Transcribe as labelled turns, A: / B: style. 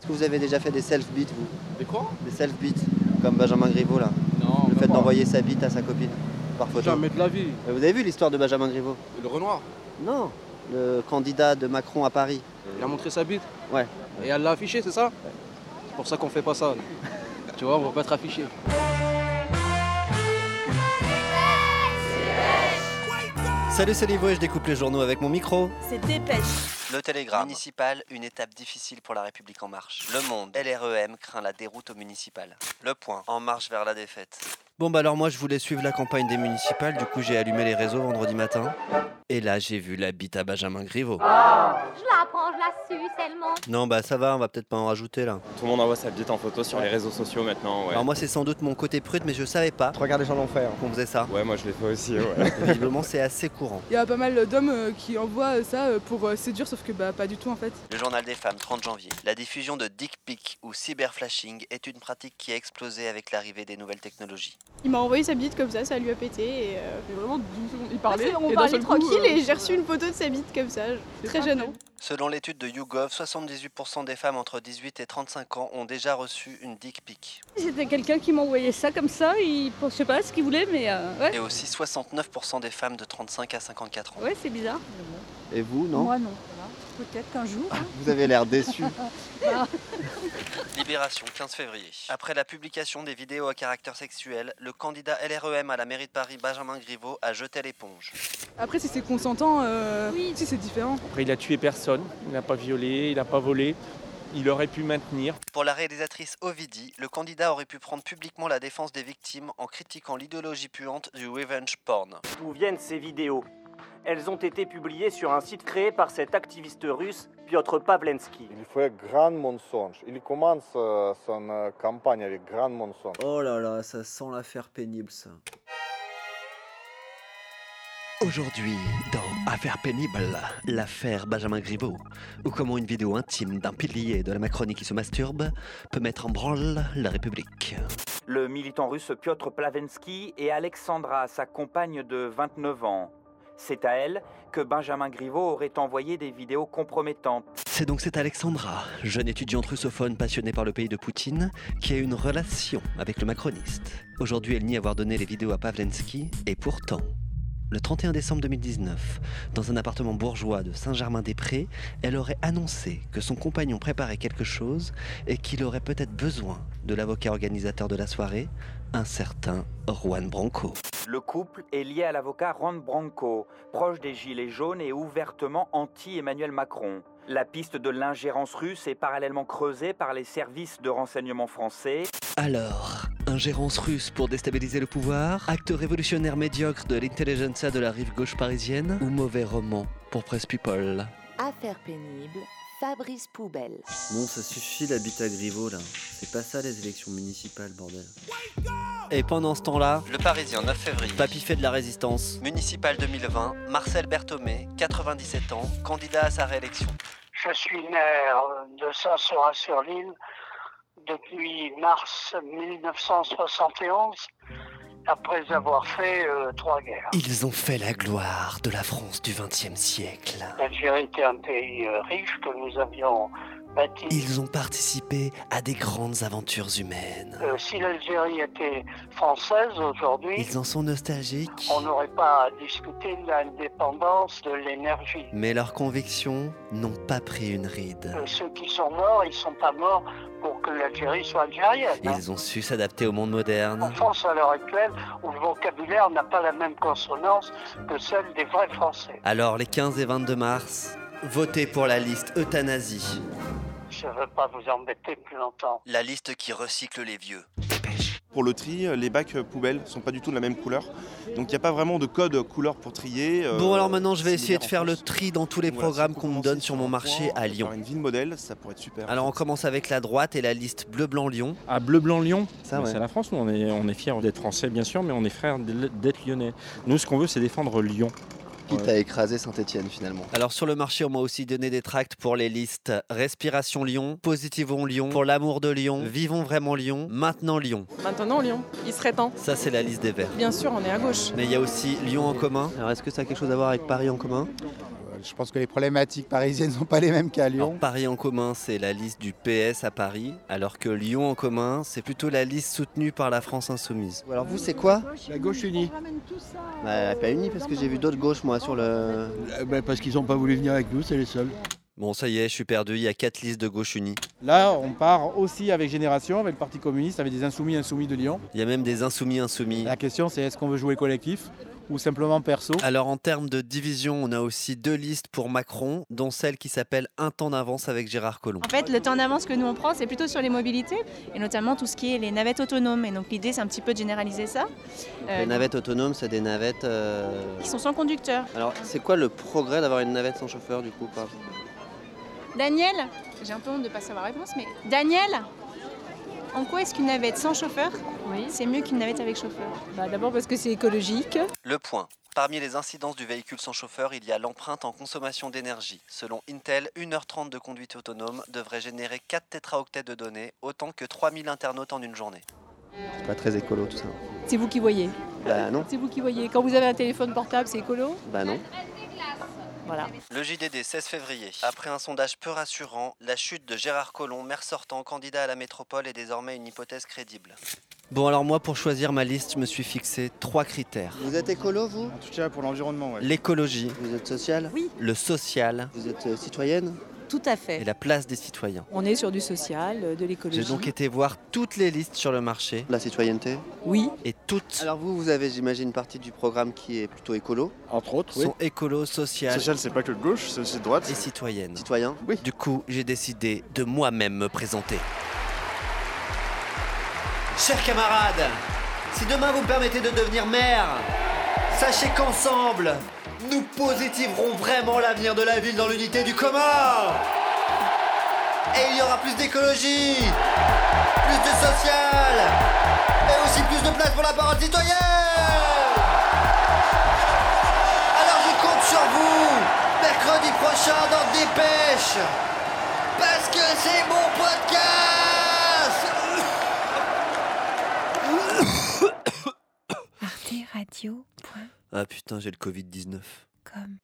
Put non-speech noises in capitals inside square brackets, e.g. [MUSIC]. A: Est-ce que vous avez déjà fait des self-beats, vous
B: Des quoi
A: Des self-beats, comme Benjamin Griveaux, là.
B: Non,
A: Le
B: même
A: fait
B: pas.
A: d'envoyer sa bite à sa copine, par photo.
B: Jamais de la vie.
A: Euh, Vous avez vu l'histoire de Benjamin Griveaux
B: Le Renoir,
A: Non. Le candidat de Macron à Paris.
B: il a montré sa bite.
A: Ouais.
B: Et elle l'a affiché, c'est ça C'est pour ça qu'on fait
A: [LAUGHS]
B: pas ça. nous. tu vois, on va pas être affiché.
A: Salut, c'est Livo et je découpe les journaux avec mon micro.
C: C'est dépêche.
A: Le Télégramme. Municipal, une étape difficile pour la République en marche. Le Monde. LREM craint la déroute au municipal. Le Point. En marche vers la défaite. Bon bah alors moi je voulais suivre la campagne des municipales, du coup j'ai allumé les réseaux vendredi matin. Et là j'ai vu la bite à Benjamin Griveaux.
D: Je la prends, je la suce, elle monte.
A: Non bah ça va, on va peut-être pas en rajouter là.
E: Tout le monde envoie sa bite en photo sur les réseaux sociaux maintenant, ouais.
A: Alors moi c'est sans doute mon côté prude mais je savais pas
F: Regarde les gens l'ont fait. hein.
A: qu'on faisait ça.
E: Ouais, moi je l'ai fait aussi, ouais.
A: Visiblement c'est assez courant.
G: Il y a pas mal d'hommes euh, qui envoient euh, ça euh, pour euh, séduire, sauf que bah pas du tout en fait.
A: Le journal des femmes, 30 janvier. La diffusion de dick pic ou cyberflashing est une pratique qui a explosé avec l'arrivée des nouvelles technologies.
H: Il m'a envoyé sa bite comme ça, ça lui a pété et euh,
G: Mais vraiment, d'une seconde, ils
H: tu
G: parlaient.
H: sais, on
G: et d'un
H: parlait
G: seul coup,
H: tranquille
G: euh,
H: et j'ai reçu une photo de sa bite comme ça.
G: C'est
H: Très hein.
G: pas
H: gênant.
A: Selon l'étude de YouGov, 78% des femmes entre 18 et 35 ans ont déjà reçu une dick pic.
I: C'était quelqu'un qui m'envoyait ça comme ça, il, je sais pas ce qu'il voulait, mais euh, ouais,
A: Et aussi 69% des femmes de 35 à 54 ans.
I: ouais c'est bizarre.
A: Et vous, non
I: Moi non. Peut-être qu'un jour.
A: Vous avez l'air déçu. Libération, 15 février. Après la publication des vidéos à caractère sexuel, le candidat LREM à la mairie de Paris, Benjamin Griveaux, a jeté l'éponge.
G: Après, si c'est consentant, euh,
I: Oui.
G: si c'est différent.
J: Après, il a tué personne, il n'a pas violé, il n'a pas volé. Il aurait pu maintenir.
A: Pour la réalisatrice Ovidi, le candidat aurait pu prendre publiquement la défense des victimes en critiquant l'idéologie puante du revenge porn.
K: D'où viennent ces vidéos Elles ont été publiées sur un site créé par cet activiste russe Piotr Pavlensky.
F: Il fait grand mensonge. Il commence euh, son euh, campagne avec grand mensonge.
L: Oh là là, ça sent l'affaire pénible ça.
A: Aujourd'hui, dans Affaire pénible, l'affaire Benjamin Griveaux, ou comment une vidéo intime d'un pilier de la Macronie qui se masturbe peut mettre en branle la République.
K: Le militant russe Piotr Plavensky et Alexandra, sa compagne de 29 ans. C'est à elle que Benjamin Griveaux aurait envoyé des vidéos compromettantes.
A: C'est donc cette Alexandra, jeune étudiante russophone passionnée par le pays de Poutine, qui a une relation avec le macroniste. Aujourd'hui, elle nie avoir donné les vidéos à Pavlensky, et pourtant, le 31 décembre 2019, dans un appartement bourgeois de Saint-Germain-des-Prés, elle aurait annoncé que son compagnon préparait quelque chose et qu'il aurait peut-être besoin de l'avocat organisateur de la soirée, un certain Juan Branco.
K: Le couple est lié à l'avocat Ron Branco, proche des Gilets jaunes et ouvertement anti-Emmanuel Macron. La piste de l'ingérence russe est parallèlement creusée par les services de renseignement français.
A: Alors, ingérence russe pour déstabiliser le pouvoir, acte révolutionnaire médiocre de l'intelligentsia de la rive gauche parisienne ou mauvais roman pour Press People
C: Affaire pénible, Fabrice Poubelle.
L: Bon, ça suffit l'habitat Griveaux là. C'est pas ça les élections municipales, bordel.
A: Et pendant ce temps-là, le Parisien 9 février, papy fait de la résistance, municipal 2020, Marcel Berthomé, 97 ans, candidat à sa réélection.
H: Je suis maire de Saint-Saurin-sur-Lille depuis mars 1971, après avoir fait euh, trois guerres.
A: Ils ont fait la gloire de la France du XXe siècle.
H: L'Algérie était un pays euh, riche que nous avions bâti.
A: Ils ont participé à des grandes aventures humaines.
H: Euh, si l'Algérie était française aujourd'hui,
A: Ils en sont nostalgiques.
H: on n'aurait pas à discuter de l'indépendance de l'énergie.
A: Mais leurs convictions n'ont pas pris une ride.
H: Euh, Ceux qui sont morts, ils sont pas morts pour que l'Algérie soit algérienne. hein.
A: Ils ont su s'adapter au monde moderne.
H: En France, à l'heure actuelle, où le vocabulaire n'a pas la même consonance que celle des vrais Français.
A: Alors, les 15 et 22 mars, votez pour la liste euthanasie.
H: Je ne veux pas vous embêter plus longtemps.
A: La liste qui recycle les vieux.
B: Pour le tri, euh, les bacs poubelles sont pas du tout de la même couleur. Donc il n'y a pas vraiment de code euh, couleur pour trier. euh,
A: Bon, alors maintenant, je vais essayer de faire le tri dans tous les
B: Voilà,
A: programmes
B: si on
A: qu'on me
B: commençait
A: donne sur mon marché à Lyon.
B: Une ville modèle, ça pourrait être super.
M: Ah,
A: Alors, on commence avec la droite et la liste bleu-blanc-lyon.
J: À Bleu-Blanc-Lyon,
A: Ça,
J: Mais
A: Ah ouais.
J: c'est la France, nous on est, on est fiers d'être français bien sûr, mais on est frères d'l- d'être lyonnais. Nous ce qu'on veut c'est défendre Lyon. Quitte
A: à écraser Saint-Etienne finalement. Alors sur le marché, on m'a aussi donné des tracts pour les listes Respiration Lyon, Positivons Lyon, Pour l'amour de Lyon, Vivons vraiment Lyon, Maintenant Lyon.
G: Maintenant, Lyon, il serait temps.
A: Ça, c'est la liste des Verts.
G: Bien sûr, on est à gauche.
A: Mais il y a aussi Lyon en commun. Alors est-ce que ça a quelque chose à voir avec Paris en commun
F: Euh,
M: je pense que les problématiques parisiennes ne sont pas les mêmes qu'à Lyon.
A: Alors, Paris en commun, c'est la liste du PS à Paris, alors que Lyon en commun, c'est plutôt la liste soutenue par la France insoumise.
N: Alors vous, c'est quoi La gauche unie.
L: Bah, pas unie parce que j'ai vu d'autres gauches, moi, sur le.
B: Ah, euh, ben,
N: parce qu'ils n'ont pas voulu venir avec nous, c'est les seuls.
A: Bon, ça y est, je suis perdu, il y a quatre listes de gauche unie.
O: Là, on part aussi avec Génération, avec le Parti communiste, avec des insoumis insoumis de Lyon.
A: Il y a même des insoumis insoumis.
O: La question, c'est est-ce qu'on veut jouer collectif ou simplement perso
A: Alors en termes de division, on a aussi deux listes pour Macron, dont celle qui s'appelle Un temps d'avance avec Gérard Collomb.
P: En fait, le temps d'avance que nous on prend, c'est plutôt sur les mobilités, et notamment tout ce qui est les navettes autonomes. Et donc l'idée, c'est un petit peu de généraliser ça. Euh,
L: les navettes autonomes, c'est des navettes. euh,
P: Qui sont sans conducteur.
L: Alors, c'est quoi le progrès d'avoir une navette sans chauffeur, du coup par-
P: Daniel, j'ai un peu honte de pas savoir la réponse, mais Daniel, en quoi est-ce qu'une navette sans chauffeur, c'est mieux qu'une navette avec chauffeur
I: Bah,
P: D'abord parce que c'est écologique.
A: Le point. Parmi les incidences du véhicule sans chauffeur, il y a l'empreinte en consommation d'énergie. Selon Intel, 1h30 de conduite autonome devrait générer 4 tétraoctets de données, autant que 3000 internautes en une journée.
L: C'est pas très écolo tout ça.
I: C'est vous qui voyez.
L: Bah non,
I: C'est vous qui voyez. Quand vous avez un téléphone portable, c'est écolo.
L: bah non.
I: Voilà.
A: Le JDD 16 février. Après un sondage peu rassurant, la chute de Gérard Collomb, maire sortant, candidat à la métropole, est désormais une hypothèse crédible. Bon alors moi pour choisir ma liste, je me suis fixé trois critères.
L: Vous êtes écolo, vous
M: En tout cas, pour l'environnement,
A: L'écologie,
L: Vous êtes social
A: Oui. le social
L: Vous êtes euh, citoyenne
I: Tout à fait.
A: et la place des citoyens.
I: On est sur du social, euh, de
A: J'ai
I: l'écologie.
A: donc été voir toutes les listes sur le marché.
L: La citoyenneté
I: Oui.
A: Et toutes.
L: Alors vous, vous avez, j'imagine, une partie du programme qui est plutôt écolo.
M: Entre autres,
A: sont écolo, social.
L: Social,
A: c'est pas que gauche, c'est aussi droite. Et citoyenne.
L: Citoyen
A: Oui. Du coup, j'ai décidé de moi-même me présenter.
Q: Chers camarades, si demain vous me permettez de devenir maire, sachez qu'ensemble, nous positiverons vraiment l'avenir de la ville dans l'unité du commun. Et il y aura plus d'écologie, plus de social, et aussi plus de place pour la parole citoyenne. Alors je compte sur vous, mercredi prochain dans Dépêche, parce que c'est mon podcast.
A: Ah putain, j'ai le Covid-19.
R: Comme.